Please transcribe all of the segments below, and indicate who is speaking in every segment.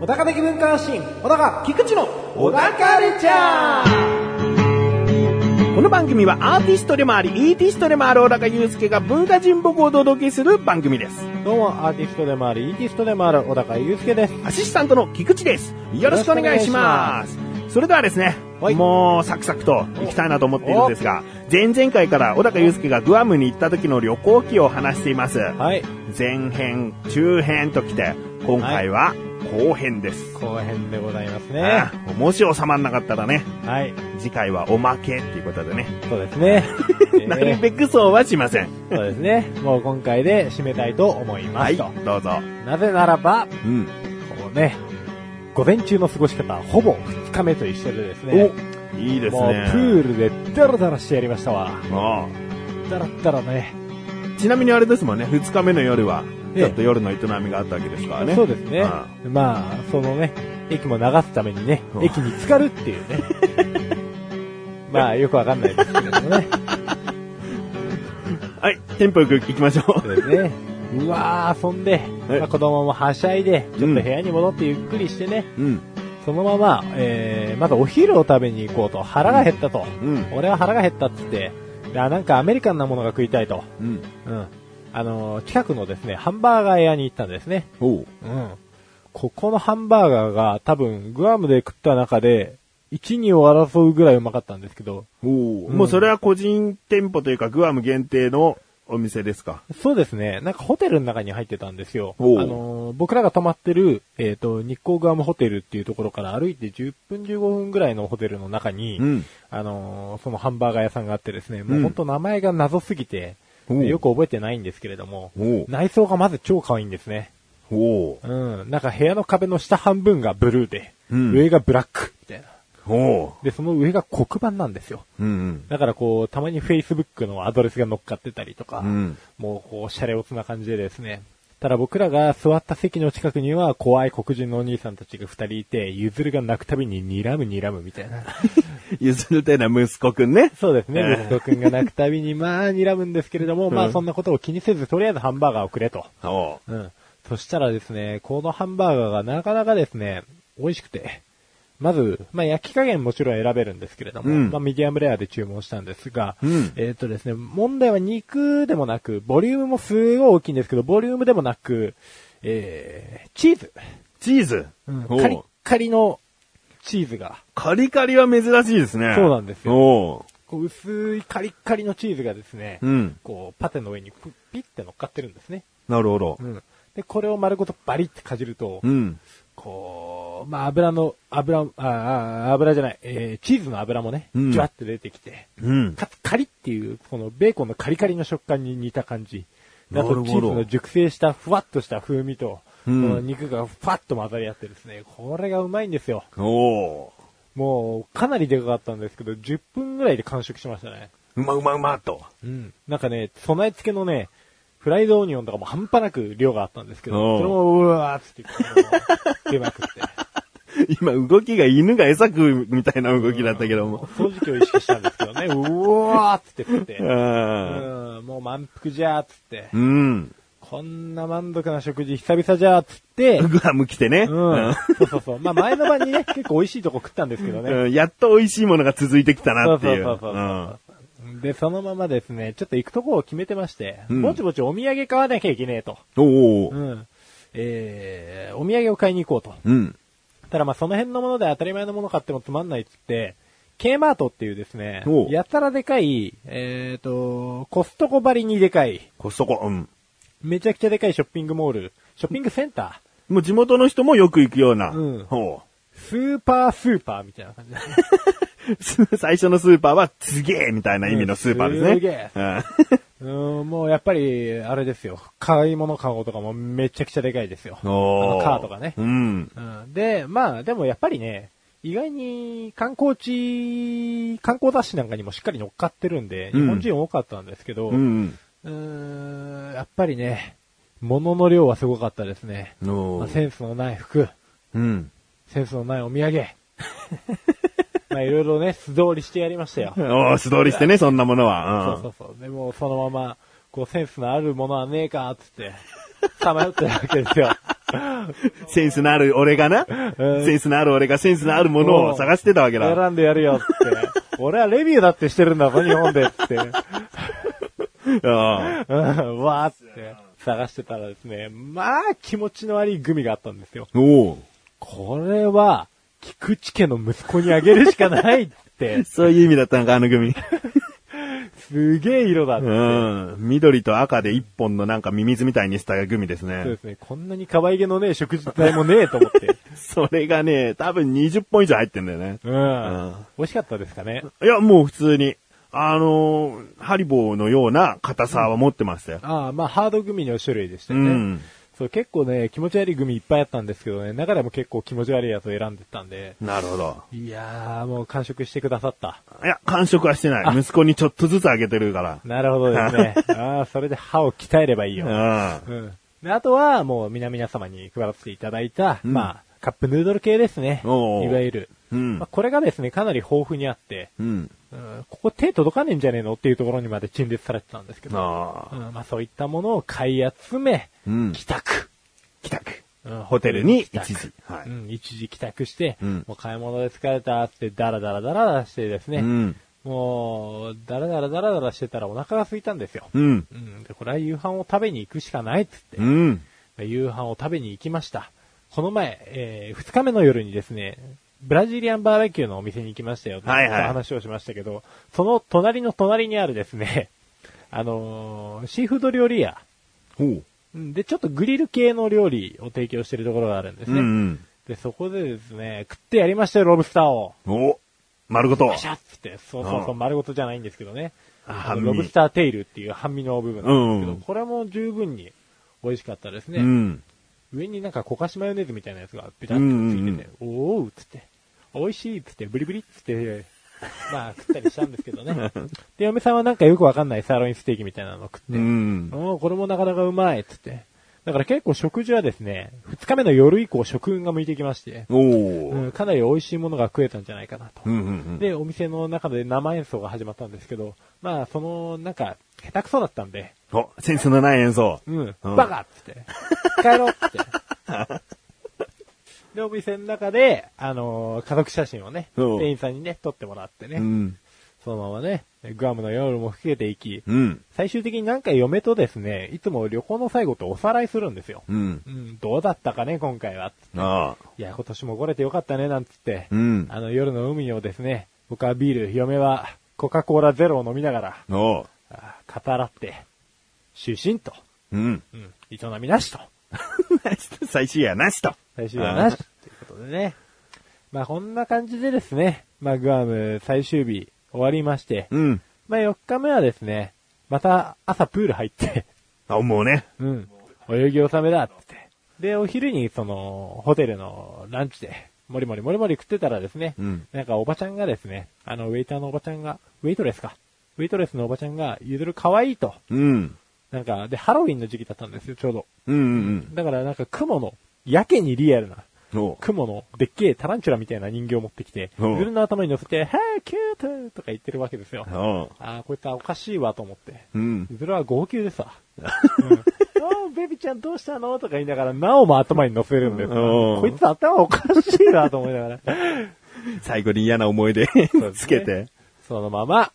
Speaker 1: 小高的文化発信小高菊池の小高レチャーこの番組はアーティストでもあり、イーティストでもある小高祐介が文化人僕をお届けする番組です。
Speaker 2: どうも、アーティストでもあり、イーティストでもある、小高祐介です。
Speaker 1: アシスタントの菊池です。よろしくお願いします。それではですね、
Speaker 2: はい
Speaker 1: もうサクサクと行きたいなと思っているんですが、前々回から小高祐介がグアムに行った時の旅行記を話しています。
Speaker 2: はい。
Speaker 1: 前編、中編ときて、今回は後編です。
Speaker 2: 後編でございます
Speaker 1: あ
Speaker 2: ね。
Speaker 1: あもし収まんなかったらね、
Speaker 2: はい。
Speaker 1: 次回はおまけっていうことでね、
Speaker 2: そうです ね。
Speaker 1: なる
Speaker 2: え
Speaker 1: べくそうはしません。
Speaker 2: ーそうですね。もう今回で締めたいと思いま
Speaker 1: は
Speaker 2: す
Speaker 1: い、
Speaker 2: と。
Speaker 1: どうぞ。
Speaker 2: なぜならば、
Speaker 1: うん。
Speaker 2: こうね、午前中の過ごし方はほぼ2日目と一緒でですね。
Speaker 1: おいいです
Speaker 2: もうプ
Speaker 1: ね。
Speaker 2: ールでダラダラしてやりましたわ。
Speaker 1: ああ
Speaker 2: ダラダラね。
Speaker 1: ちなみにあれですもんね、2日目の夜は、
Speaker 2: ええ
Speaker 1: ちょっと夜の営みがあったわけですからね。
Speaker 2: そうですね
Speaker 1: あ。
Speaker 2: まあ、そのね、駅も流すためにね
Speaker 1: う、ん
Speaker 2: 駅に浸かるっていうね。 まあ、よくわかんないですけれど もね。
Speaker 1: はい、テンポよく行きましょ。
Speaker 2: そううですね。うわー、遊んで、
Speaker 1: え
Speaker 2: まあ、子供もはしゃいで、ちょっと部屋に戻ってゆっくりしてね、
Speaker 1: うん、
Speaker 2: そのまま、えー、まずお昼を食べに行こうと、腹が減ったと。
Speaker 1: うん、
Speaker 2: 俺は腹が減ったっつって、いやなんかアメリカンなものが食いたいと。
Speaker 1: うん。
Speaker 2: うん。あのー近くのですね、ハンバーガー屋に行ったんですね。う
Speaker 1: おう。
Speaker 2: ん。ここのハンバーガーが多分、グアムで食った中で、1、2を争うぐらいうまかったんですけど、
Speaker 1: おう
Speaker 2: うん
Speaker 1: もうそれは個人店舗というか、グアム限定のお店ですか。
Speaker 2: そうですね。なんかホテルの中に入ってたんですよ。あ
Speaker 1: おう
Speaker 2: のー、僕らが泊まってる、えっ、と、日光グアムホテルっていうところから歩いて10分15分ぐらいのホテルの中に、
Speaker 1: うん
Speaker 2: あのー、そのハンバーガー屋さんがあってですね、も
Speaker 1: ん
Speaker 2: うほんと名前が謎すぎて、
Speaker 1: おう
Speaker 2: よく覚えてないんですけれども
Speaker 1: おう、
Speaker 2: 内装がまず超可愛いんですね。
Speaker 1: おう。
Speaker 2: うん。なんか部屋の壁の下半分がブルーで、
Speaker 1: うん
Speaker 2: 上がブラック、みたいな。
Speaker 1: おう。
Speaker 2: で、その上が黒板なんですよ。
Speaker 1: うん、
Speaker 2: だからこう、たまに Facebook のアドレスが乗っかってたりとか、
Speaker 1: うん
Speaker 2: もうこう、シャレオツな感じでですね。ただ僕らが座った席の近くには怖い黒人のお兄さんたちが二人いて、ゆずるが泣くたびに睨む睨むみたいな。
Speaker 1: うん。譲るてな息子くんね。
Speaker 2: そうですね。
Speaker 1: ええ
Speaker 2: 息子くんが泣くたびに、まあ睨むんですけれども、ま
Speaker 1: う
Speaker 2: あ
Speaker 1: ん
Speaker 2: そんなことを気にせず、とりあえずハンバーガーをくれと。
Speaker 1: おう。
Speaker 2: うん。そしたらですね、このハンバーガーがなかなかですね、美味しくて、まず、まあ、焼き加減もちろん選べるんですけれども、
Speaker 1: うん
Speaker 2: まあ、ミディアムレアで注文したんですが、
Speaker 1: うん
Speaker 2: えーっ、とですね、問題は肉でもなく、ボリュームもすごい大きいんですけど、ボリュームでもなく、えー、チーズ。
Speaker 1: チーズ。おう
Speaker 2: カリッカリのチーズが、
Speaker 1: カリカリは珍しいですね。
Speaker 2: そうなんですよ
Speaker 1: よ。
Speaker 2: こう薄いカリッカリのチーズがですね、
Speaker 1: うん
Speaker 2: こう、パテの上にプピッて乗っかってるんですね。
Speaker 1: なるほど
Speaker 2: う。ん。で、これを丸ごとバリってかじると、
Speaker 1: うん。
Speaker 2: こう、まあ、油の、油、ああ、油じゃない、えー、チーズの油もね、
Speaker 1: うん
Speaker 2: ジュワって出てきて、
Speaker 1: うん。
Speaker 2: かつカリっていう、このベーコンのカリカリの食感に似た感じ。あ
Speaker 1: なる
Speaker 2: と
Speaker 1: ほど
Speaker 2: チーズの熟成したふわっとした風味と、
Speaker 1: うん
Speaker 2: この肉がふわっと混ざり合ってですね、これがうまいんですよ。
Speaker 1: おう。
Speaker 2: もう、かなりでかかったんですけど、10分ぐらいで完食しましたね。
Speaker 1: うまうまうまっと。
Speaker 2: うん。なんかね、備え付けのね、フライドオニオンとかも半端なく量があったんですけ
Speaker 1: お
Speaker 2: ど、
Speaker 1: う
Speaker 2: それもうわーっつって言って、うま くって。
Speaker 1: 今動きが犬が餌食うみたいな動きだったけども。
Speaker 2: 掃除機を意識したんですけ どね、うわーっつって食って、
Speaker 1: う。
Speaker 2: うんん、もう満腹じゃーっつって、
Speaker 1: うん。
Speaker 2: こんな満足な食事久々じゃーっつって、
Speaker 1: グアム来てね。
Speaker 2: うん、そうそうそう。まあ前の晩にね、結構美味しいとこ食ったんですけどね。
Speaker 1: うんやっと美味しいものが続いてきたな
Speaker 2: そう
Speaker 1: ってい
Speaker 2: そう
Speaker 1: う。
Speaker 2: そうそうそう。で、そのままですね、ちょっと行くとこを決めてまして、
Speaker 1: うん
Speaker 2: ぼちぼちお土産買わなきゃいけねえと。
Speaker 1: うんお
Speaker 2: う
Speaker 1: ー
Speaker 2: ん。えー、お土産を買いに行こうと。
Speaker 1: うん。
Speaker 2: ただまあその辺のもので当たり前のもの買ってもつまんないっつって、K マートっていうですね
Speaker 1: お、う
Speaker 2: やたらでかい、えっ、と、コストコばりにでかい、
Speaker 1: コストコ。うん。
Speaker 2: めちゃくちゃでかいショッピングモール、ショッピングセンタ
Speaker 1: もう地元の人もよく行くよう な。
Speaker 2: うん
Speaker 1: ほ
Speaker 2: ー、スーパースーパーみたいな感 じだね
Speaker 1: うす最初のスーパーは、すげえみたいな意味のスーパーですね。
Speaker 2: うんすげ うーん、もうやっぱり、あれですよ、買い物カゴとかもめちゃくちゃでかいですよ。
Speaker 1: うん。
Speaker 2: あ
Speaker 1: お
Speaker 2: のカートがね
Speaker 1: うん。
Speaker 2: うん、で、まあでもやっぱりね、意外に観光地、観光雑誌なんかにもしっかり乗っかってるんで、
Speaker 1: うん
Speaker 2: 日本人多かったんですけど、
Speaker 1: うん。
Speaker 2: うーん、やっぱりね、物の量はすごかったですね。
Speaker 1: お
Speaker 2: まあ
Speaker 1: ー
Speaker 2: センスのない服、
Speaker 1: うん。
Speaker 2: センスのないお土産。 まあいろいろね、素通りしてやりましたよ。
Speaker 1: おー素通りしてね、そんなものは。うん
Speaker 2: そうそうそう。でも、そのまま、こう、センスのあるものはねえか、つって、さまよってるわけです よ。
Speaker 1: センスのある俺がな、
Speaker 2: うん
Speaker 1: センスのある俺がセンスのあるものを探してたわけだ。
Speaker 2: 選んでやるよ、つって。俺はレビューだってしてるんだぞ、日本で、つって。
Speaker 1: うん
Speaker 2: うん、わーって。探してたらですね、まあ、気持ちの悪いグミがあったんですよ。
Speaker 1: おー
Speaker 2: これは、菊池家の息子にあげるしかないって、
Speaker 1: そういう意味だったのか、あの 組。
Speaker 2: すげえ色だって。
Speaker 1: うん。緑と赤で一本のなんかミミズみたいにしたグミです
Speaker 2: そうで
Speaker 1: ね。
Speaker 2: すね、こんなに可愛げのねえ食事代もねえと思って。
Speaker 1: それがね、多分20本以上入ってんだよね。
Speaker 2: うん。美味しかったですかね。
Speaker 1: いや、もう普通に。あのーハリボーのような硬さは持ってましたよ。
Speaker 2: ああ、まあ、ハードグミの種類でした
Speaker 1: う
Speaker 2: よね。
Speaker 1: ん。
Speaker 2: そう、結構ね、気持ち悪いグミいっぱいあったんですけどね、中でも結構気持ち悪いやつを選んでったんで、
Speaker 1: なるほど。
Speaker 2: いやー、もう完食してくださった。
Speaker 1: いや、完食はしてない。息子にちょっとずつあげてるか
Speaker 2: なるほどですね。ああ、それで歯を鍛えればいいよ。
Speaker 1: ら。うん。
Speaker 2: うん。であとは、もう、皆々様に配らせていただいた、
Speaker 1: うん
Speaker 2: まあ、カップヌードル系ですね。い
Speaker 1: おー
Speaker 2: わゆる。
Speaker 1: うん
Speaker 2: まあ、。これがですね、かなり豊富にあって、
Speaker 1: うん。
Speaker 2: うん、ここ手届かねえんじゃねえのっていうところにまで陳列されてたんですけど、
Speaker 1: あ
Speaker 2: う
Speaker 1: あ。
Speaker 2: ん、まあそういったものを買い集め、
Speaker 1: うん。
Speaker 2: 帰宅。
Speaker 1: 帰宅。
Speaker 2: うん
Speaker 1: ホテルに
Speaker 2: 帰宅
Speaker 1: 一時はい
Speaker 2: うん、一時帰宅して、
Speaker 1: うん
Speaker 2: もう買い物で疲れたって、ダラダラダラダラしてですね、
Speaker 1: うん。
Speaker 2: もう、ダラダラダラダラしてたらお腹が空いたんですよ。
Speaker 1: うん。
Speaker 2: うん、で、これは夕飯を食べに行くしかないっつって、
Speaker 1: うん。
Speaker 2: 夕飯を食べに行きました。この前、えー、二日目の夜にですね、ブラジリアンバーベキューのお店に行きましたよ。
Speaker 1: はいはい
Speaker 2: お話をしましたけど、その隣の隣にあるですね、 あのーシーフード料理屋。
Speaker 1: ほう。
Speaker 2: うんで、ちょっとグリル系の料理を提供してるところがあるんです
Speaker 1: うん
Speaker 2: ね。
Speaker 1: うん。
Speaker 2: で、そこでですね、食ってやりましたよ、ロブスターを。
Speaker 1: お丸ごと
Speaker 2: パ。シャッつって、そうそうそうう、丸ごとじゃないんですけどね。
Speaker 1: あ
Speaker 2: あの
Speaker 1: 半身
Speaker 2: ロブスターテイルっていう半身の部分なんですけど、
Speaker 1: うん
Speaker 2: これも十分に美味しかったですね。
Speaker 1: うん。
Speaker 2: 上になんか焦がしマヨネーズみたいなやつがペタッとついてて、おーっつって、美味しいっつって、ブリブリっつって、まあ食ったりしたんですけど ね。で、嫁さんはなんかよくわかんないサーロインステーキみたいなのを食って、
Speaker 1: うん。
Speaker 2: おーこれもなかなかうまいっつって。だから結構食事はですね、二日目の夜以降食運が向いてきまして、
Speaker 1: おお。う
Speaker 2: うんん、かなり美味しいものが食えたんじゃないかなと。
Speaker 1: うんうん。
Speaker 2: で、お店の中で生演奏が始まったんですけど、まあ、その、なんか、下手くそだったんで、
Speaker 1: お、センスのない演奏。
Speaker 2: うん、
Speaker 1: うん
Speaker 2: バカっつって、帰ろうっつって。で、お店の中で、あのー家族写真をね、
Speaker 1: うん
Speaker 2: 店員さんにね、撮ってもらってね、
Speaker 1: うん。
Speaker 2: そのままね、グアムの夜も更けていき、
Speaker 1: うん。
Speaker 2: 最終的になんか嫁とですね、いつも旅行の最後とおさらいするんですよ。
Speaker 1: うん。
Speaker 2: うん、どうだったかね、今回は。
Speaker 1: ああ。
Speaker 2: いや、今年も来れてよかったね、なんつって。
Speaker 1: うん。
Speaker 2: あの、夜の海をですね、僕はビール、嫁はコカ・コーラゼロを飲みながら、
Speaker 1: おう。
Speaker 2: あー語らって、就寝と、
Speaker 1: うん。
Speaker 2: うん、営みな しと、
Speaker 1: 最終やなしと。
Speaker 2: 最終日はなし、ということでね。まあ、こんな感じでですね、まあ、グアム最終日終わりまして、
Speaker 1: うん。
Speaker 2: まあ、4日目はですね、また朝プール入って、
Speaker 1: あ、もうね。
Speaker 2: うん、泳ぎ納めだっつって。で、お昼に、その、ホテルのランチで、もりもりもりもり食ってたらですね、
Speaker 1: うん
Speaker 2: なんかおばちゃんがですね、あの、ウェイターのおばちゃんが、ウェイトレスか。ウェイトレスのおばちゃんが、ゆずる可愛いと。
Speaker 1: うん。
Speaker 2: なんか、で、ハロウィンの時期だったんですよ、ちょうど。
Speaker 1: うんうん
Speaker 2: だからなんか、雲の、やけにリアルな、
Speaker 1: うん。おう。
Speaker 2: 雲の、でっけえタランチュラみたいな人形を持ってきて、ゆ
Speaker 1: うん
Speaker 2: ずるの頭に乗せて、はぁ、キュートとか言ってるわけですよ。あ
Speaker 1: おう。
Speaker 2: あー、こいつはおかしいわと思って。
Speaker 1: うん。
Speaker 2: それは号泣でさ。 うん、おうベビちゃんどうしたのとか言いながら、なおも頭に乗せるんですよ。
Speaker 1: うん
Speaker 2: こいつ頭おかしいなと思いながら。
Speaker 1: 最後に嫌な思い出
Speaker 2: そうですね
Speaker 1: つけて。
Speaker 2: そのまま、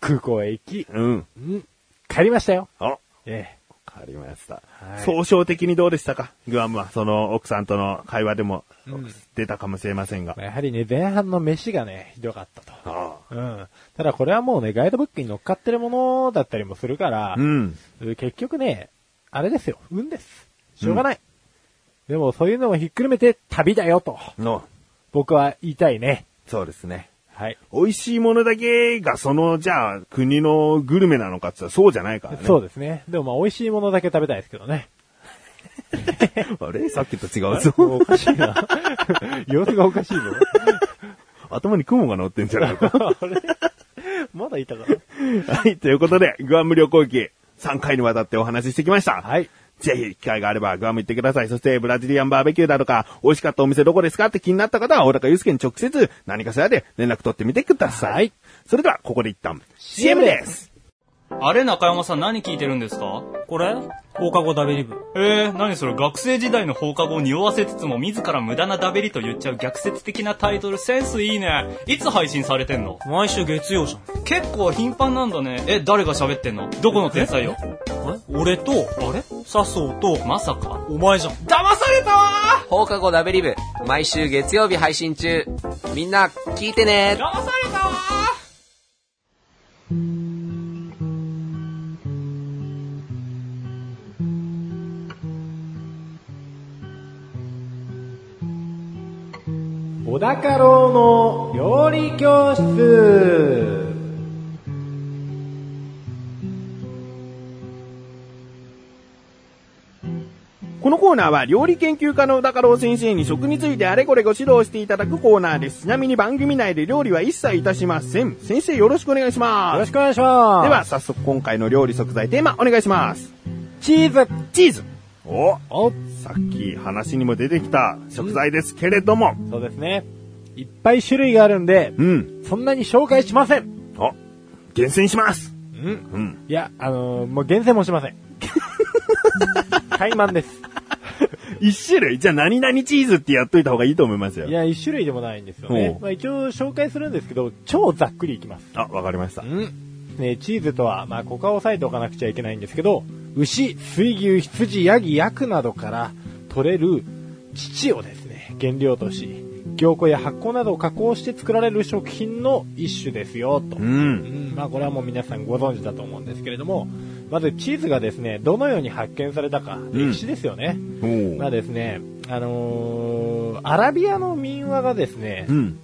Speaker 2: 空港へ行き、
Speaker 1: うん。
Speaker 2: うん帰りましたよ。
Speaker 1: お、わ
Speaker 2: え
Speaker 1: かりました。
Speaker 2: はい
Speaker 1: 総称的にどうでしたかグアムは。その奥さんとの会話でも
Speaker 2: うん
Speaker 1: 出たかもしれませんが
Speaker 2: え。。やはりね、前半の飯がね、ひどかったと。
Speaker 1: あ
Speaker 2: うん。ただこれはもうね、ガイドブックに乗っかってるものだったりもするから
Speaker 1: あ。う、ん。
Speaker 2: 結局ね、あれですよ。運です。しょうがない。でもそういうのをひっくるめて旅だよと、
Speaker 1: の、
Speaker 2: 僕は言いたいね。
Speaker 1: そうですね。
Speaker 2: はい。
Speaker 1: 美味しいものだけがその、じゃあ、国のグルメなのかって言ったらそうじゃないからね。
Speaker 2: そうですね。でもまあ美味しいものだけ食べたいですけどね。
Speaker 1: あれさっきと違うぞ。
Speaker 2: おかしいな。 様子がおかしいぞ。
Speaker 1: 頭に雲が乗ってんじゃないか。
Speaker 2: あれまだいたかな
Speaker 1: はい、ということで、グアム旅行記3回にわたってお話ししてきました。
Speaker 2: はい。
Speaker 1: ぜひ、機会があれば、グアム行ってください。そして、ブラジリアンバーベキューだとか、美味しかったお店どこですかって気になった方は、小高祐介に直接、何かしらで連絡取ってみてください。
Speaker 2: はい
Speaker 1: それでは、ここで一旦、CM です。
Speaker 3: あれ中山さん何聞いてるんですか
Speaker 4: これ放課後ダベリブ。
Speaker 3: えー、何それ学生時代の放課後を匂わせつつも自ら無駄なダベリと言っちゃう逆説的なタイトルセンスいいね。いつ配信されてんの
Speaker 4: 毎週月曜じゃん。
Speaker 3: 結構頻繁なんだね。え、誰が喋ってんのどこの天才よ
Speaker 4: あれ俺と、あれ笹生と、
Speaker 3: まさか
Speaker 4: お前じゃん。
Speaker 3: 騙されたわ
Speaker 5: 放課後ダベリブ、毎週月曜日配信中。みんな、聞いてね
Speaker 3: ー騙されたわ
Speaker 2: 小高郎の料理教室。
Speaker 1: このコーナーは料理研究家の小高郎先生に食についてあれこれご指導していただくコーナーです。ちなみに番組内で料理は一切いたしません。先生よろしくお願いし
Speaker 2: よろ
Speaker 1: ま
Speaker 2: し
Speaker 1: す。
Speaker 2: くお願いします。
Speaker 1: では、、早速今回の料理食材テーマお願いします。
Speaker 2: チーズ。
Speaker 1: チーズお
Speaker 2: お、
Speaker 1: さっき話にも出てきた食材ですけれども。
Speaker 2: そうですね。いっぱい種類があるんで、
Speaker 1: うん。
Speaker 2: そんなに紹介しません。
Speaker 1: お、厳選します。
Speaker 2: うん。
Speaker 1: うん。
Speaker 2: いや、あのーもう厳選もしま せん。怠慢です。
Speaker 1: 一種類じゃあ何々チーズってやっといた方がいいと思いますよ
Speaker 2: い。や、一種類でもないんですよね
Speaker 1: ほ。う
Speaker 2: まあ、一応紹介するんですけど、超ざっくりいきます。
Speaker 1: あ、わかりました。
Speaker 2: ね、チーズとは、まあ、ここは押さえておかなくちゃいけないんですけど、牛、水牛、羊、ヤギ、ヤクなどから取れる乳をですね、原料とし、凝固や発酵などを加工して作られる食品の一種ですよ、と。
Speaker 1: うん
Speaker 2: う。んまあ、これはもう皆さんご存知だと思うんですけれども、まずチーズがですね、どのように発見されたか、
Speaker 1: ん
Speaker 2: 歴史ですよね。
Speaker 1: お
Speaker 2: まあ
Speaker 1: ー
Speaker 2: ですね、あのーアラビアの民話がですね
Speaker 1: う、ん。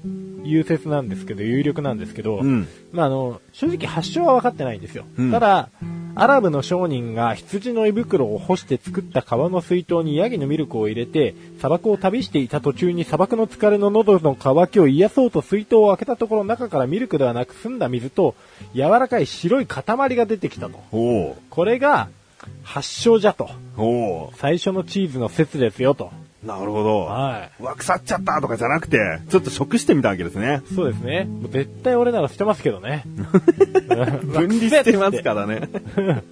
Speaker 2: 優説なんですけど、有力なんですけど、
Speaker 1: うん。
Speaker 2: まあ、あの、正直発祥は分かってないんですよ。
Speaker 1: うん
Speaker 2: ただ、アラブの商人が羊の胃袋を干して作った川の水筒にヤギのミルクを入れて、砂漠を旅していた途中に砂漠の疲れの喉の渇きを癒そうと水筒を開けたところ中からミルクではなく澄んだ水と柔らかい白い塊が出てきたと。
Speaker 1: おー
Speaker 2: これが発祥じゃと。
Speaker 1: おー
Speaker 2: 最初のチーズの説ですよと。
Speaker 1: なるほど。
Speaker 2: は
Speaker 1: うわ、腐っちゃったとかじゃなくて、ちょっと食してみたわけですね。
Speaker 2: い。そうですね。もう絶対俺ならしてますけどね。
Speaker 1: 分離してますからね。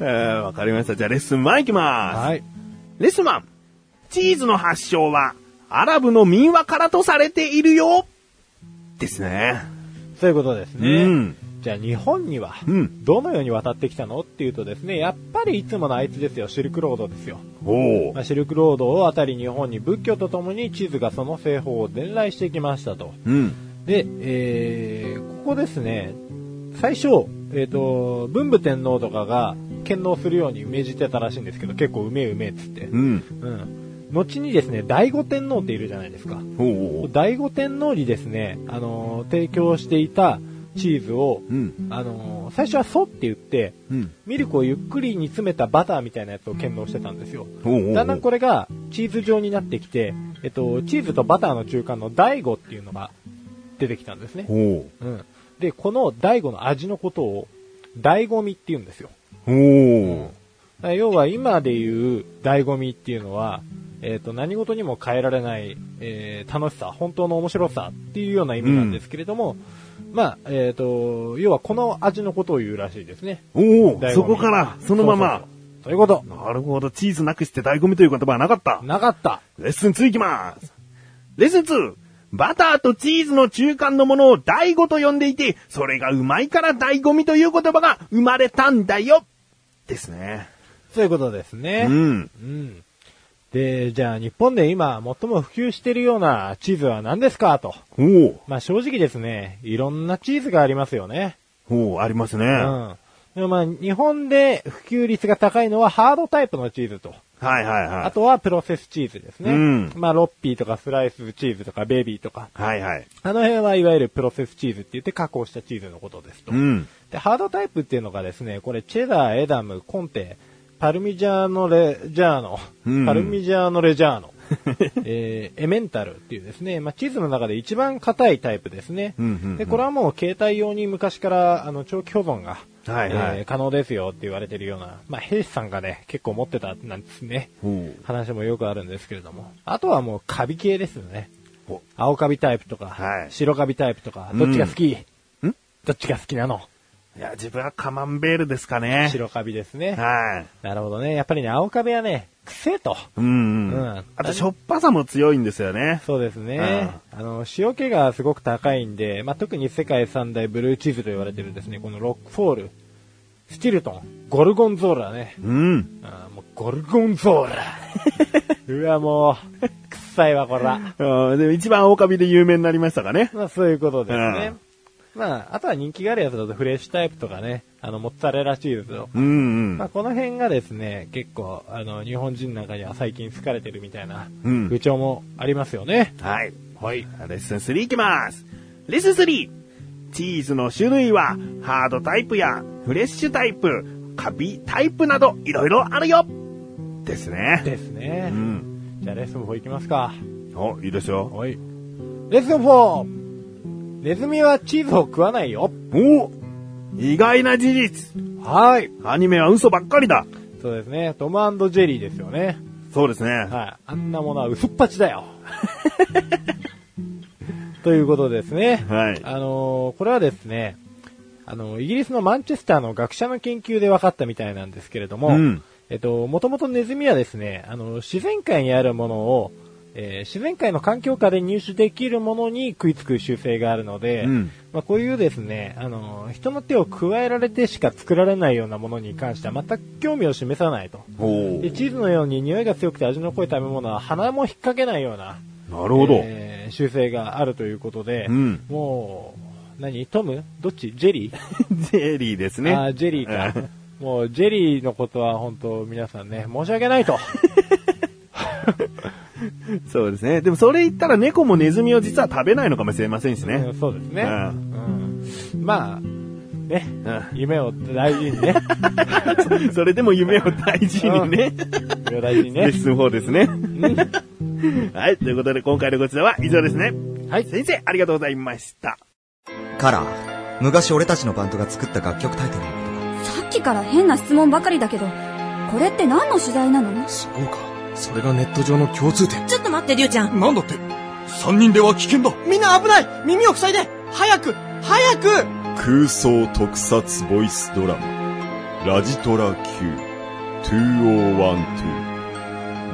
Speaker 1: えーわかりました。じゃあレッスン前行きま
Speaker 2: はい。
Speaker 1: す。レッスンマン。チーズの発祥は、アラブの民話からとされているよですね。
Speaker 2: そういうことですね。
Speaker 1: うん
Speaker 2: じゃあ日本には
Speaker 1: うん、
Speaker 2: どのように渡ってきたのっていうとですね、やっぱりいつものあいつですよ、シルクロードですよ。
Speaker 1: おお
Speaker 2: まあシルクロードを渡り日本に仏教とともに地図がその製法を伝来してきましたと。
Speaker 1: うん。
Speaker 2: で、えー、ここですね、最初、えっ、と、文武天皇とかが献納するように命じてたらしいんですけど、結構うめえうめえっつって。
Speaker 1: うん。
Speaker 2: うん。後にですね、醍醐天皇っているじゃないですか。
Speaker 1: おお
Speaker 2: 醍醐天皇にですね、あのー提供していたチーズを、
Speaker 1: うん。
Speaker 2: あのー最初はソって言って、
Speaker 1: うん。
Speaker 2: ミルクをゆっくり煮詰めたバターみたいなやつを献納してたんですよ。
Speaker 1: おーおー
Speaker 2: だんだんこれがチーズ状になってきて、えっと、チーズとバターの中間の醍醐っていうのが出てきたんですね
Speaker 1: お。ー
Speaker 2: うん。で、この醍醐の味のことを、醍醐味って言うんですよ。
Speaker 1: おー
Speaker 2: だから要は今で言う醍醐味っていうのは、えっ、と、何事にも変えられない、えー楽しさ、本当の面白さっていうような意味なんですけれども、まあ、えっ、と、要はこの味のことを言うらしいですね。
Speaker 1: お
Speaker 2: 醍醐
Speaker 1: ー
Speaker 2: 味
Speaker 1: そこから、そのまま。
Speaker 2: そうそうそうということ。
Speaker 1: なるほど。チーズなくして醍醐味という言葉はなかった。
Speaker 2: なかった。
Speaker 1: レッスン2いきます。レッスン 2! バターとチーズの中間のものを醍醐と呼んでいて、それがうまいから醍醐味という言葉が生まれたんだよですね。
Speaker 2: そういうことです
Speaker 1: う
Speaker 2: ね。
Speaker 1: ん。
Speaker 2: うんで、じゃあ日本で今最も普及しているようなチーズは何ですかと。
Speaker 1: おー
Speaker 2: まあ正直ですね、いろんなチーズがありますよね。
Speaker 1: おーありますね。
Speaker 2: う
Speaker 1: は
Speaker 2: ん。でもまあ日本で普及率が高いのはハードタイプのチーズと。
Speaker 1: いはいは
Speaker 2: あ
Speaker 1: い。
Speaker 2: とはプロセスチーズですね。
Speaker 1: うん
Speaker 2: まあ、ロッピーとかスライスチーズとかベビーとか、
Speaker 1: はいはい。
Speaker 2: あの辺はいわゆるプロセスチーズって言って加工したチーズのことですと。
Speaker 1: うん。
Speaker 2: で、ハードタイプっていうのがですね、これチェダー、エダム、コンテ、パルミジャーノレジャーノ、
Speaker 1: うん
Speaker 2: パルミジャーノレジャー ノ、えーエメンタルっていうですね、まあ、チーズの中で一番硬いタイプですね。
Speaker 1: うんうんうん
Speaker 2: で、これはもう携帯用に昔からあの長期保存が
Speaker 1: はいはい
Speaker 2: えー可能ですよって言われてるような、まあ、兵士さんがね、結構持ってたなんですね。
Speaker 1: うん
Speaker 2: 話もよくあるんですけれども。あとはもうカビ系ですよね
Speaker 1: お。
Speaker 2: 青カビタイプとか、
Speaker 1: はい
Speaker 2: 白カビタイプとか、どっちが好き、
Speaker 1: うん
Speaker 2: どっちが好きなの
Speaker 1: いや、自分はカマンベールですかね。
Speaker 2: 白カビですね。
Speaker 1: はい。
Speaker 2: なるほどね。やっぱりね、青カビはね、癖と。
Speaker 1: うん、う
Speaker 2: うん
Speaker 1: ん。あと、しょっぱさも強いんですよね。
Speaker 2: そうですね。あの、塩気がすごく高いんで、まあ、特に世界三大ブルーチーズと言われてるですね、このロックフォール、スチルトン、ゴルゴンゾーラね。
Speaker 1: うん。
Speaker 2: あーもうゴルゴンゾーラ。うわ、もう、臭いわ、こら。
Speaker 1: あで一番狼で有名になりましたかね。
Speaker 2: まあ、そういうことですね。まあ、あとは人気があるやつだとフレッシュタイプとかね、あの、モッツァレラチーズを。
Speaker 1: うん、う
Speaker 2: まあ、
Speaker 1: ん。
Speaker 2: この辺がですね、結構、あの、日本人なんかには最近好かれてるみたいな、
Speaker 1: うん
Speaker 2: 風潮もありますよね。
Speaker 1: はい。はい。レッスン3いきます。レッスン 3! チーズの種類は、ハードタイプやフレッシュタイプ、カビタイプなど、いろいろあるよですね。
Speaker 2: ですね。
Speaker 1: うん。
Speaker 2: じゃあレッスン4いきますか。
Speaker 1: お、いいですよ。
Speaker 2: はい。レッスン 4! ネズミはチーズを食わないよ。
Speaker 1: お意外な事実
Speaker 2: はい。
Speaker 1: アニメは嘘ばっかりだ
Speaker 2: そうですね。トムジェリーですよね。
Speaker 1: そうですね。
Speaker 2: はい。あんなものは薄っぱち だよ。ということですね。
Speaker 1: はい
Speaker 2: あのーこれはですね、あのーイギリスのマンチェスターの学者の研究で分かったみたいなんですけれども、
Speaker 1: うん
Speaker 2: えっと、もともとネズミはですね、あのー自然界にあるものを、えー自然界の環境下で入手できるものに食いつく習性があるので、
Speaker 1: うん
Speaker 2: まあ、こういうですね、あのー人の手を加えられてしか作られないようなものに関しては全く興味を示さないと。
Speaker 1: お
Speaker 2: で
Speaker 1: ー
Speaker 2: チーズのように匂いが強くて味の濃い食べ物は鼻も引っ掛けないような、
Speaker 1: なるほど。
Speaker 2: えー習性があるということで、
Speaker 1: うん
Speaker 2: もう、何トムどっちジェリー、
Speaker 1: ジェリーです ね。
Speaker 2: あージェリーか。もう、ジェリーのことは本当皆さんね、申し訳ない と。
Speaker 1: そうですね。でもそれ言ったら猫もネズミを実は食べないのかもしれませんし
Speaker 2: う
Speaker 1: ね
Speaker 2: ん。そうですね。
Speaker 1: う
Speaker 2: うんまあ、ね、
Speaker 1: う
Speaker 2: 夢を大事 にね。
Speaker 1: それでも夢を大事にね。
Speaker 2: 夢を大事に
Speaker 1: レ
Speaker 2: ね。
Speaker 1: ッスン4ですね。はい。ということで今回のこちらは以上ですね。
Speaker 2: はい。
Speaker 1: 先生、ありがとうございました。
Speaker 6: カラー。昔俺たちのバンドが作った楽曲タイトルのことか。
Speaker 7: さっきから変な質問ばかりだけど、これって何の取材なの
Speaker 8: そうか。それがネット上の共通点。
Speaker 9: ちょっと待って、りゅうちゃん。
Speaker 8: なんだって三人では危険だ
Speaker 4: みんな危ない耳を塞いで早く早く
Speaker 10: 空想特撮ボイスドラマ、ラジトラ Q2012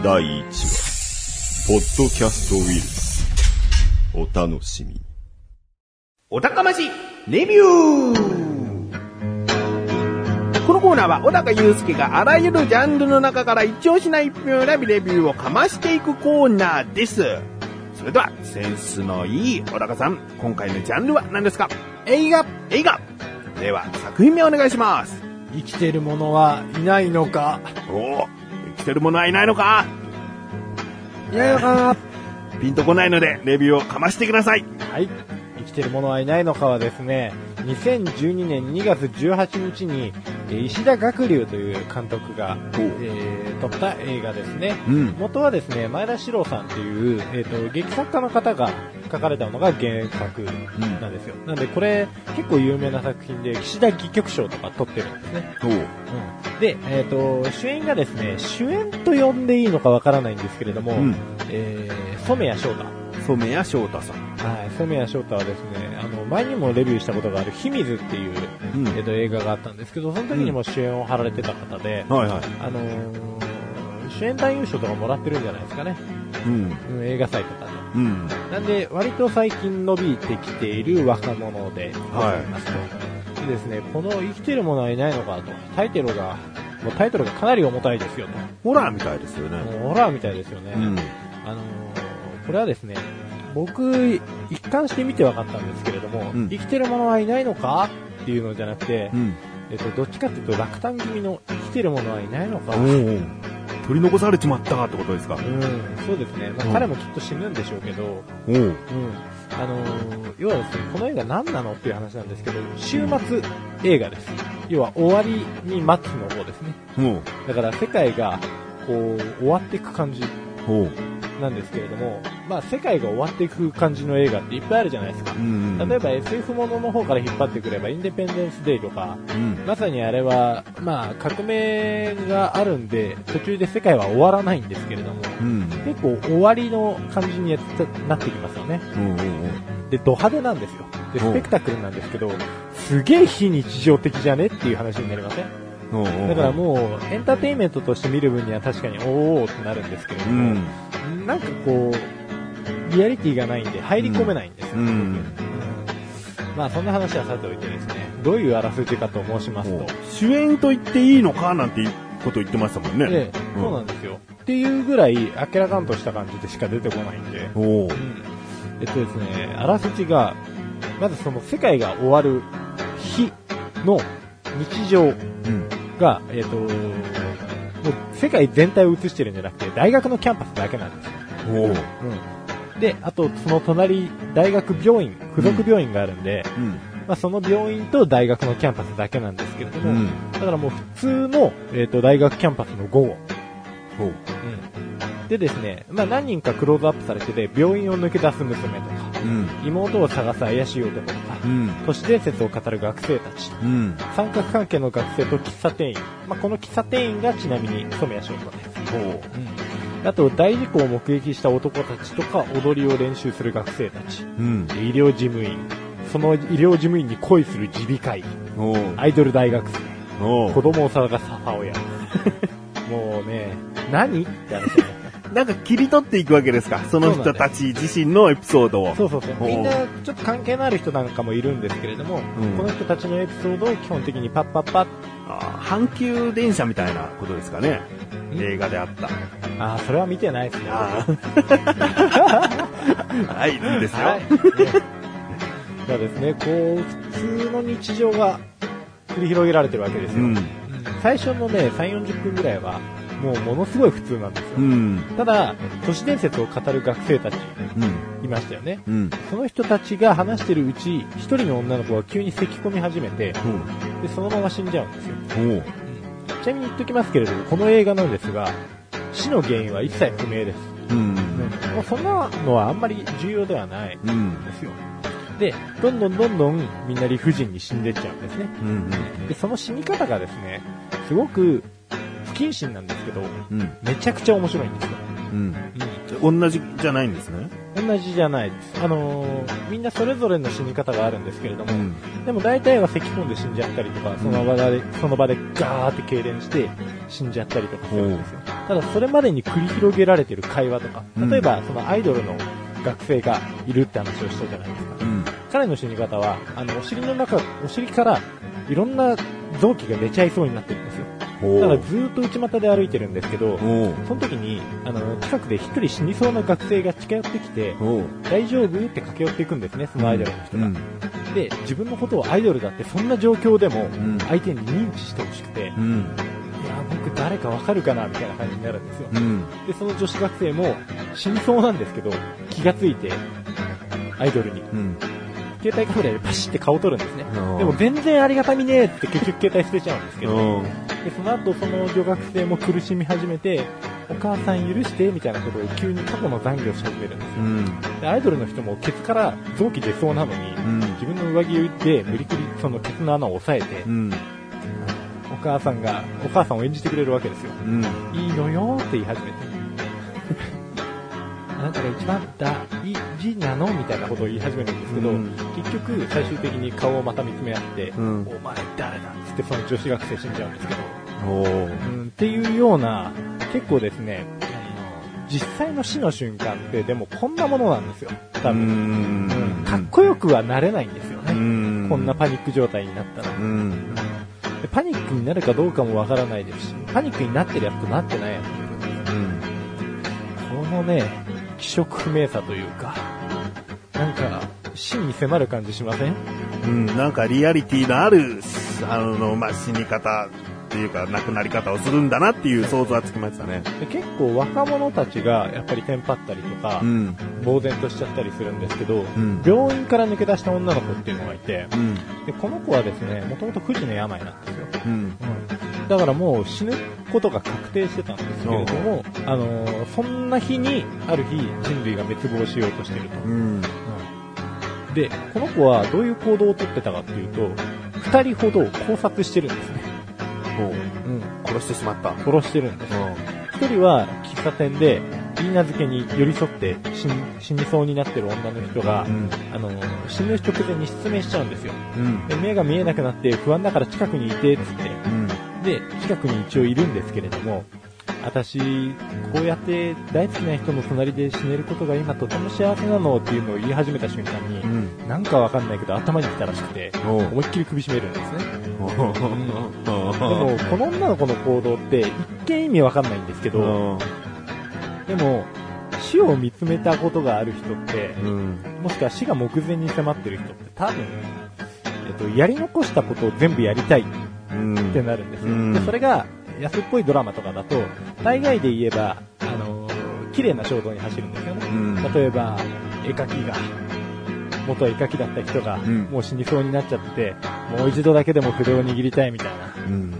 Speaker 10: 第1話、ポッドキャストウィルス。お楽しみに。
Speaker 1: お高まし、レビューこのコーナーは小高祐介があらゆるジャンルの中から一押しな一品を選びレビューをかましていくコーナーです。それでは、センスのいい小高さん、今回のジャンルは何ですか映画映画では、作品名お願いします。
Speaker 2: 生きてる者はいないのか。
Speaker 1: おお、生きてる者はいないのか
Speaker 2: いないのか。
Speaker 1: ピンとこないので、レビューをかましてください。
Speaker 2: はい。生きてる者はいないのかはですね、2012年2月18日に、えー石田学龍という監督が、えー撮った映画ですね。
Speaker 1: うん。
Speaker 2: 元はですね、前田史郎さんという、えっ、と、劇作家の方が書かれたのが原作なんですよ。なんでこれ、結構有名な作品で、岸田戯曲賞とか撮ってるんですね。
Speaker 1: おう。
Speaker 2: うんで、えっ、と、主演がですね、主演と呼んでいいのかわからないんですけれども、
Speaker 1: うん
Speaker 2: えー染谷翔太。
Speaker 1: 染谷翔太さん。
Speaker 2: はい、染谷翔太はですね、あの、前にもレビューしたことがある、秘密っていう、
Speaker 1: うん
Speaker 2: えっと、映画があったんですけど、その時にも主演を張られてた方で、
Speaker 1: はいはい。
Speaker 2: あのー主演男優賞とかもらってるんじゃないですかね。
Speaker 1: うん。
Speaker 2: うん映画祭とか
Speaker 1: うん。
Speaker 2: で。なんで、割と最近伸びてきている若者で、
Speaker 1: はい
Speaker 2: いますと。でですね、この生きてる者はいないのかと、タイトルが、もうタイトルがかなり重たいですよ
Speaker 1: ホラーみたいですよ
Speaker 2: と。
Speaker 1: ね。
Speaker 2: もうホラーみたいですよね。
Speaker 1: うん。
Speaker 2: あのーこれはですね、僕、一貫して見て分かったんですけれども、
Speaker 1: うん
Speaker 2: 生きてる者はいないのかっていうのじゃなくて、
Speaker 1: うん。
Speaker 2: えっと、どっちかっていうと落胆気味の生きてる者はいないのか、
Speaker 1: お
Speaker 2: うん、
Speaker 1: お。取り残されちまったってことですか。
Speaker 2: そうですね。まあ
Speaker 1: うん
Speaker 2: 彼もきっと死ぬんでしょうけど、うん。
Speaker 1: おお。
Speaker 2: あのー要はですね、この映画何なのっていう話なんですけど、週末映画です。要は終わりに待つの方ですね。
Speaker 1: おう
Speaker 2: だから世界が、こう、終わっていく感じ
Speaker 1: おう。
Speaker 2: なんですけれども、まあ、世界が終わっていく感じの映画っていっぱいあるじゃないですか。
Speaker 10: うんうん
Speaker 2: 例えば SF ものの方から引っ張ってくれば、インデペンデンス・デイとか、
Speaker 10: うん
Speaker 2: まさにあれは、まあ、革命があるんで、途中で世界は終わらないんですけれども、
Speaker 10: うん
Speaker 2: 結構終わりの感じにやってなってきますよね。
Speaker 10: うんうんうん
Speaker 2: で、ド派手なんですよ。で、
Speaker 10: うん
Speaker 2: スペクタクルなんですけど、すげえ非日常的じゃねっていう話になりません
Speaker 10: うんうんうん
Speaker 2: だからもう、エンターテインメントとして見る分には確かに、おーおーってなるんですけれど
Speaker 10: う
Speaker 2: も、
Speaker 10: ん
Speaker 2: なんかこう、リアリティがないんで入り込めないんですよ、
Speaker 10: うん
Speaker 2: まあそんな話はさておいてですね、どういうあらすじかと申しますと、
Speaker 1: 主演と言っていいのかなんていうこと言ってましたもんね。
Speaker 2: で、
Speaker 10: うん
Speaker 2: そうなんですよ。っていうぐらい、明らかんとした感じでしか出てこないんで、
Speaker 10: おう
Speaker 2: えっとですね、あらすじが、まずその世界が終わる日の日常
Speaker 10: うん
Speaker 2: が、えっと、もう世界全体を映してるんじゃなくて、大学のキャンパスだけなんですよ。
Speaker 10: おう
Speaker 2: で、あとその隣、大学病院、付属病院があるんで、
Speaker 10: うん
Speaker 2: まあ、その病院と大学のキャンパスだけなんですけれども、
Speaker 10: うん
Speaker 2: だからもう普通の、えー、と大学キャンパスの午後。
Speaker 10: ほう
Speaker 2: でですね、まあ、何人かクローズアップされてて、病院を抜け出す娘とか、
Speaker 10: うん
Speaker 2: 妹を探す怪しい男とか、
Speaker 10: うん
Speaker 2: 都市伝説を語る学生たち、
Speaker 10: うん
Speaker 2: 三角関係の学生と喫茶店員。まあ、この喫茶店員がちなみに染谷翔吾です。
Speaker 10: ほ
Speaker 2: あと、大事故を目撃した男たちとか、踊りを練習する学生たち、
Speaker 10: ううん
Speaker 2: 医療事務員、その医療事務員に恋する耳鼻科医、
Speaker 10: おう
Speaker 2: アイドル大学生、
Speaker 10: お
Speaker 2: 子
Speaker 10: う
Speaker 2: 供を探す母 親。もうね、何って話だね。
Speaker 1: なんか切り取っていくわけですか。その人たち自身のエピソードを。
Speaker 2: そうそうそう。
Speaker 1: おう
Speaker 2: みんな、ちょっと関係のある人なんかもいるんですけれども、
Speaker 10: ん
Speaker 2: この人たちのエピソードを基本的にパッパッパッ。
Speaker 1: あー阪急電車みたいなことですかね。
Speaker 2: ん
Speaker 1: 映画であった。
Speaker 2: ああ、それは見てないですね。
Speaker 1: はい、いいですよ。
Speaker 2: はい。 がですね、こう、普通の日常が繰り広げられてるわけです
Speaker 10: う
Speaker 2: よ。
Speaker 10: ん
Speaker 2: 最初のね、3、40分ぐらいは、もうものすごい普通なんですよ。
Speaker 10: うん
Speaker 2: ただ、都市伝説を語る学生たち
Speaker 10: うん
Speaker 2: いましたよね。
Speaker 10: うん
Speaker 2: その人たちが話してるうち、一人の女の子が急に咳き込み始めて、
Speaker 10: ほう
Speaker 2: で、そのまま死んじゃうんですよ。
Speaker 10: ほう
Speaker 2: ちなみに言っときますけれども、この映画なんですが、死の原因は一切不明です。
Speaker 10: うん
Speaker 2: もうそんなのはあんまり重要ではないん
Speaker 10: うんうん
Speaker 2: ですよ。で、どんどんどんどんみんな理不尽に死んでっちゃうんですね。
Speaker 10: うん
Speaker 2: で、その死に方がですね、すごく不謹慎なんですけど、
Speaker 10: うん
Speaker 2: めちゃくちゃ面白いんですよ。
Speaker 10: うん
Speaker 1: 同じじゃないんですね。
Speaker 2: 同じじゃないです。あのーみんなそれぞれの死に方があるんですけれども、
Speaker 10: うん
Speaker 2: でも大体は咳込んで死んじゃったりとか、その場で、その場でガーって痙攣して死んじゃったりとかするんですよ。ただそれまでに繰り広げられてる会話とか、
Speaker 10: うん
Speaker 2: 例えばそのアイドルの学生がいるって話をしたじゃないですか。
Speaker 10: うん
Speaker 2: 彼の死に方は、あの、お尻の中、お尻からいろんな臓器が出ちゃいそうになってるんですよ。
Speaker 10: ほう
Speaker 2: ただずーっと内股で歩いてるんですけど、
Speaker 10: ほう
Speaker 2: その時に、あの、近くで一人死にそうな学生が近寄ってきて、
Speaker 10: ほう
Speaker 2: 大丈夫って駆け寄っていくんですね、そのアイドルの人
Speaker 10: う
Speaker 2: が。
Speaker 10: ん
Speaker 2: で、自分のことをアイドルだってそんな状況でも
Speaker 10: ん
Speaker 2: 相手に認知してほしくて、いや
Speaker 10: うん
Speaker 2: ー、僕誰かわかるかなみたいな感じになるんですよ。
Speaker 10: うん
Speaker 2: で、その女子学生も死にそうなんですけど、気がついて、アイドルに、
Speaker 10: うん
Speaker 2: 携帯カメラでパシって顔撮るんですね。
Speaker 10: で
Speaker 2: でも全然ありがたみねーって結局携帯捨てちゃうんですけど、
Speaker 10: う
Speaker 2: で、その後その女学生も苦しみ始めて、お母さん許してみたいなことを急に過去の懺悔をし始めるんですよ。
Speaker 10: ん
Speaker 2: でアイドルの人もケツから臓器出そうなのに、
Speaker 10: うん
Speaker 2: 自分の上着で無理くりそのケツの穴を押さえて、
Speaker 10: うん
Speaker 2: お母さんが、お母さんを演じてくれるわけですよ。
Speaker 10: うん
Speaker 2: いいのよって言い始めて。 あなたが一番大事なのみたいなことを言い始めるんですけど、
Speaker 10: うん
Speaker 2: 結局最終的に顔をまた見つめ合って、
Speaker 10: うん
Speaker 2: お前誰だっつってその女子学生死んじゃうんですけど、
Speaker 10: おー
Speaker 2: うん、っていうような、結構ですね、あの実際の死の瞬間ってでもこんなものなんですよ。多分。
Speaker 10: ん
Speaker 2: うんかっこよくはなれないんですよね。
Speaker 10: ん
Speaker 2: こんなパニック状態になったら。
Speaker 10: うん
Speaker 2: でパニックになるかどうかもわからないですし、パニックになってるやつとなってないやつといる
Speaker 10: うん
Speaker 2: このね、気色不明さというか、なんか、死に迫る感じしません
Speaker 1: うん、なんかリアリティのある、あの、まあ、死に方っていうか、亡くなり方をするんだなっていう想像はつきましたね。
Speaker 2: で結構若者たちがやっぱりテンパったりとか、
Speaker 10: うん
Speaker 2: 呆然としちゃったりするんですけど、
Speaker 10: ん
Speaker 2: 病院から抜け出した女の子っていうのがいて、
Speaker 10: うん
Speaker 2: でこの子はですね、もともと不治の病なんですよ。
Speaker 10: うん
Speaker 2: だからもう死ぬことが確定してたんですけれども、あのーそんな日に、ある日、人類が滅亡しようとしてると。
Speaker 6: うん。
Speaker 2: で、この子はどういう行動をとってたかっていうと、二人ほど考察してるんですね。うん。
Speaker 1: 殺してしまった。
Speaker 2: 殺してるんです。一人は喫茶店で、いいな漬けに寄り添って死ん死にそうになってる女の人が、
Speaker 6: うん。
Speaker 2: あのー死ぬ直前に失明しちゃうんですよ。
Speaker 6: うん。
Speaker 2: で目が見えなくなって不安だから近くにいてっつって
Speaker 6: うん。
Speaker 2: で近くに一応いるんですけれども私こうやって大好きな人の隣で死ねることが今とても幸せなのっていうのを言い始めた瞬間に
Speaker 6: う、ん。
Speaker 2: なんかわかんないけど頭に来たらしくて
Speaker 6: おう
Speaker 2: 思いっきり首絞めるんですねでもこの女の子の行動って一見意味わかんないんですけどでも死を見つめたことがある人って
Speaker 6: うん。
Speaker 2: もしくは死が目前に迫ってる人って多分、えっと、やり残したことを全部やりたい
Speaker 6: うん。
Speaker 2: ってなるんですよ、
Speaker 6: うん
Speaker 2: でそれが安っぽいドラマとかだと大概で言えば、あのー綺麗な衝動に走るんですよね、
Speaker 6: うん。
Speaker 2: 例えば絵描きが元絵描きだった人が、
Speaker 6: ん
Speaker 2: もう死にそうになっちゃってもう一度だけでも筆を握りたいみたいな
Speaker 6: うん。
Speaker 2: で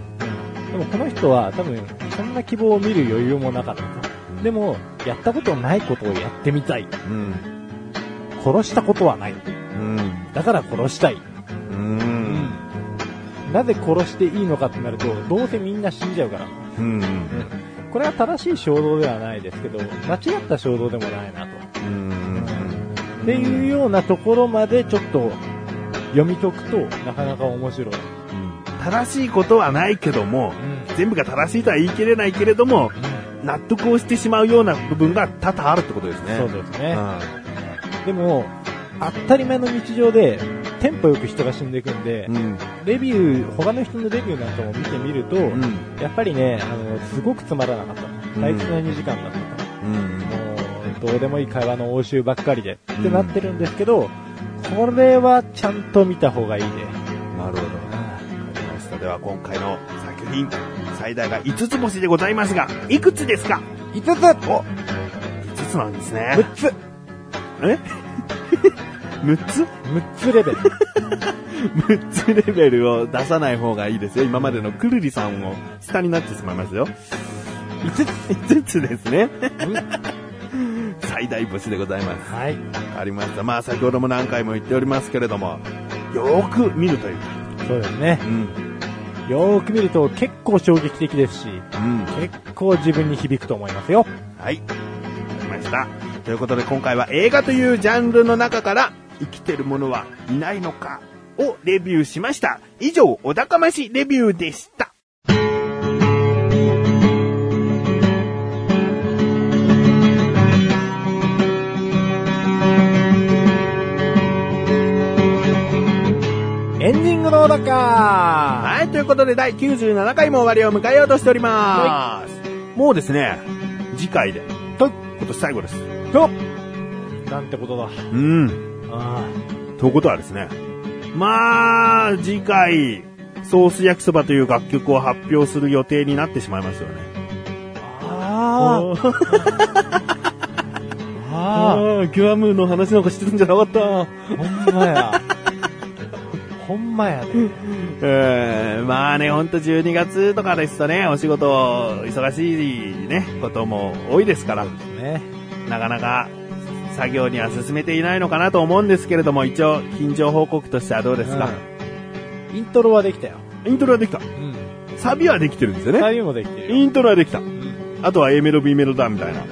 Speaker 2: もこの人は多分そんな希望を見る余裕もなかったでもやったことないことをやってみたい
Speaker 6: うん。
Speaker 2: 殺したことはない
Speaker 6: うん。
Speaker 2: だから殺したい
Speaker 6: うん。
Speaker 2: なぜ殺していいのかってなるとどうせみんな死んじゃうから
Speaker 6: うん。
Speaker 2: これは正しい衝動ではないですけど、間違った衝動でもないなと。っていうようなところまでちょっと読み解くとなかなか面白い。
Speaker 1: 正しいことはないけども、全部が正しいとは言い切れないけれども、納得をしてしまうような部分が多々あるってことですね。
Speaker 2: そうですね。でも、当たり前の日常でテンポよく人が死んでいくんで、
Speaker 6: うん。
Speaker 2: レビュー、他の人のレビューなんかも見てみると、
Speaker 6: うん。
Speaker 2: やっぱりね、あの、すごくつまらなかった。大切な2時間だった。
Speaker 6: うん。
Speaker 2: もうどうでもいい会話の応酬ばっかりでってなってるんですけど、これはちゃんと見た方がいいね。
Speaker 1: なるほど。わかりました。では今回の作品、最大が5つ星でございますが、いくつですか ?5 つお !5 つなんですね。
Speaker 2: 6つ
Speaker 1: え6つ
Speaker 2: !6 つレベ ル。
Speaker 1: 6つレベルを出さない方がいいですよ。今までのくるりさんを下になってしまいますよ。5つ ?5 つです ね。最大星でございます。
Speaker 2: はい。
Speaker 1: ありました。まあ先ほども何回も言っておりますけれども、よーく見るという。
Speaker 2: そうですね。
Speaker 1: うん。
Speaker 2: よーく見ると結構衝撃的ですし、
Speaker 1: うん。
Speaker 2: 結構自分に響くと思いますよ。
Speaker 1: はい。わかりました。ということで今回は映画というジャンルの中から生きてるものはいないのかをレビューしました。以上、お高ましレビューでした。
Speaker 2: エンディングのだか
Speaker 1: はい、ということで第97回も終わりを迎えようとしております。もうですね、次回で、と、今年最後です。
Speaker 2: となんてことだ。
Speaker 1: うん。
Speaker 2: あ
Speaker 1: ということはですね、まあ、次回、ソース焼きそばという楽曲を発表する予定になってしまいますよね。
Speaker 2: あー。 あ
Speaker 1: ああ、グアムの話なんかしてるんじゃなかった。
Speaker 2: ー。ほんまや。ほんまやね。
Speaker 1: うん、まあね、ほんと12月とかですとね、お仕事、忙しいね、ことも多いですから、
Speaker 2: ね。
Speaker 1: なかなか作業には進めていないのかなと思うんですけれども、一応、緊張報告としてはどうですか、
Speaker 2: イントロはできたよ。
Speaker 1: イントロはできた
Speaker 2: う。ん。
Speaker 1: サビはできてるんですよね。
Speaker 2: サビもできてるよ。
Speaker 1: イントロはできた。あとは A メロ、B メロだ、みたいなこ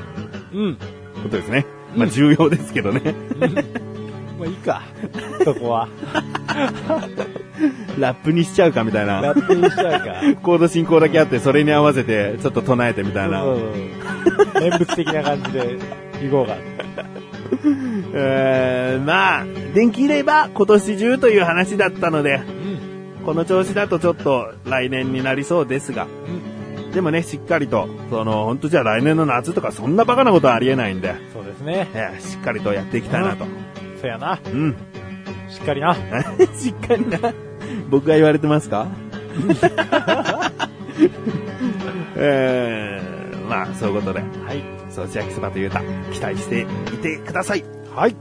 Speaker 2: うん。
Speaker 1: とですね。まあ重要ですけどね。
Speaker 2: まあいいか。そこ は。
Speaker 1: ラップにしちゃうかみたい
Speaker 2: ラ
Speaker 1: な。
Speaker 2: ップにしちゃうか。
Speaker 1: コード進行だけあって、それに合わせて、ちょっと唱えてみたいな。
Speaker 2: そうそうそう念仏的な感じで行こうか。
Speaker 1: えー、まあ、電気入れば今年中という話だったので、
Speaker 2: うん。
Speaker 1: この調子だとちょっと来年になりそうですが、でもね、しっかりと、その、ほんとじゃあ来年の夏とかそんなバカなことはありえないんで、
Speaker 2: そうですね。
Speaker 1: えーしっかりとやっていきたいなと。
Speaker 2: そやな。
Speaker 1: うん。
Speaker 2: しっかりな。
Speaker 1: しっかりな。僕が言われてますか えー、まあ、そういうことで、はい。ソシ焼きそばという歌、期待していてください。はい。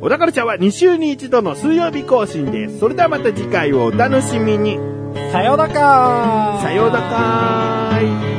Speaker 1: 小田カルチャーは2週に1度の水曜日更新です。それではまた次回をお楽しみに。
Speaker 2: さようならか
Speaker 1: さようならかーい。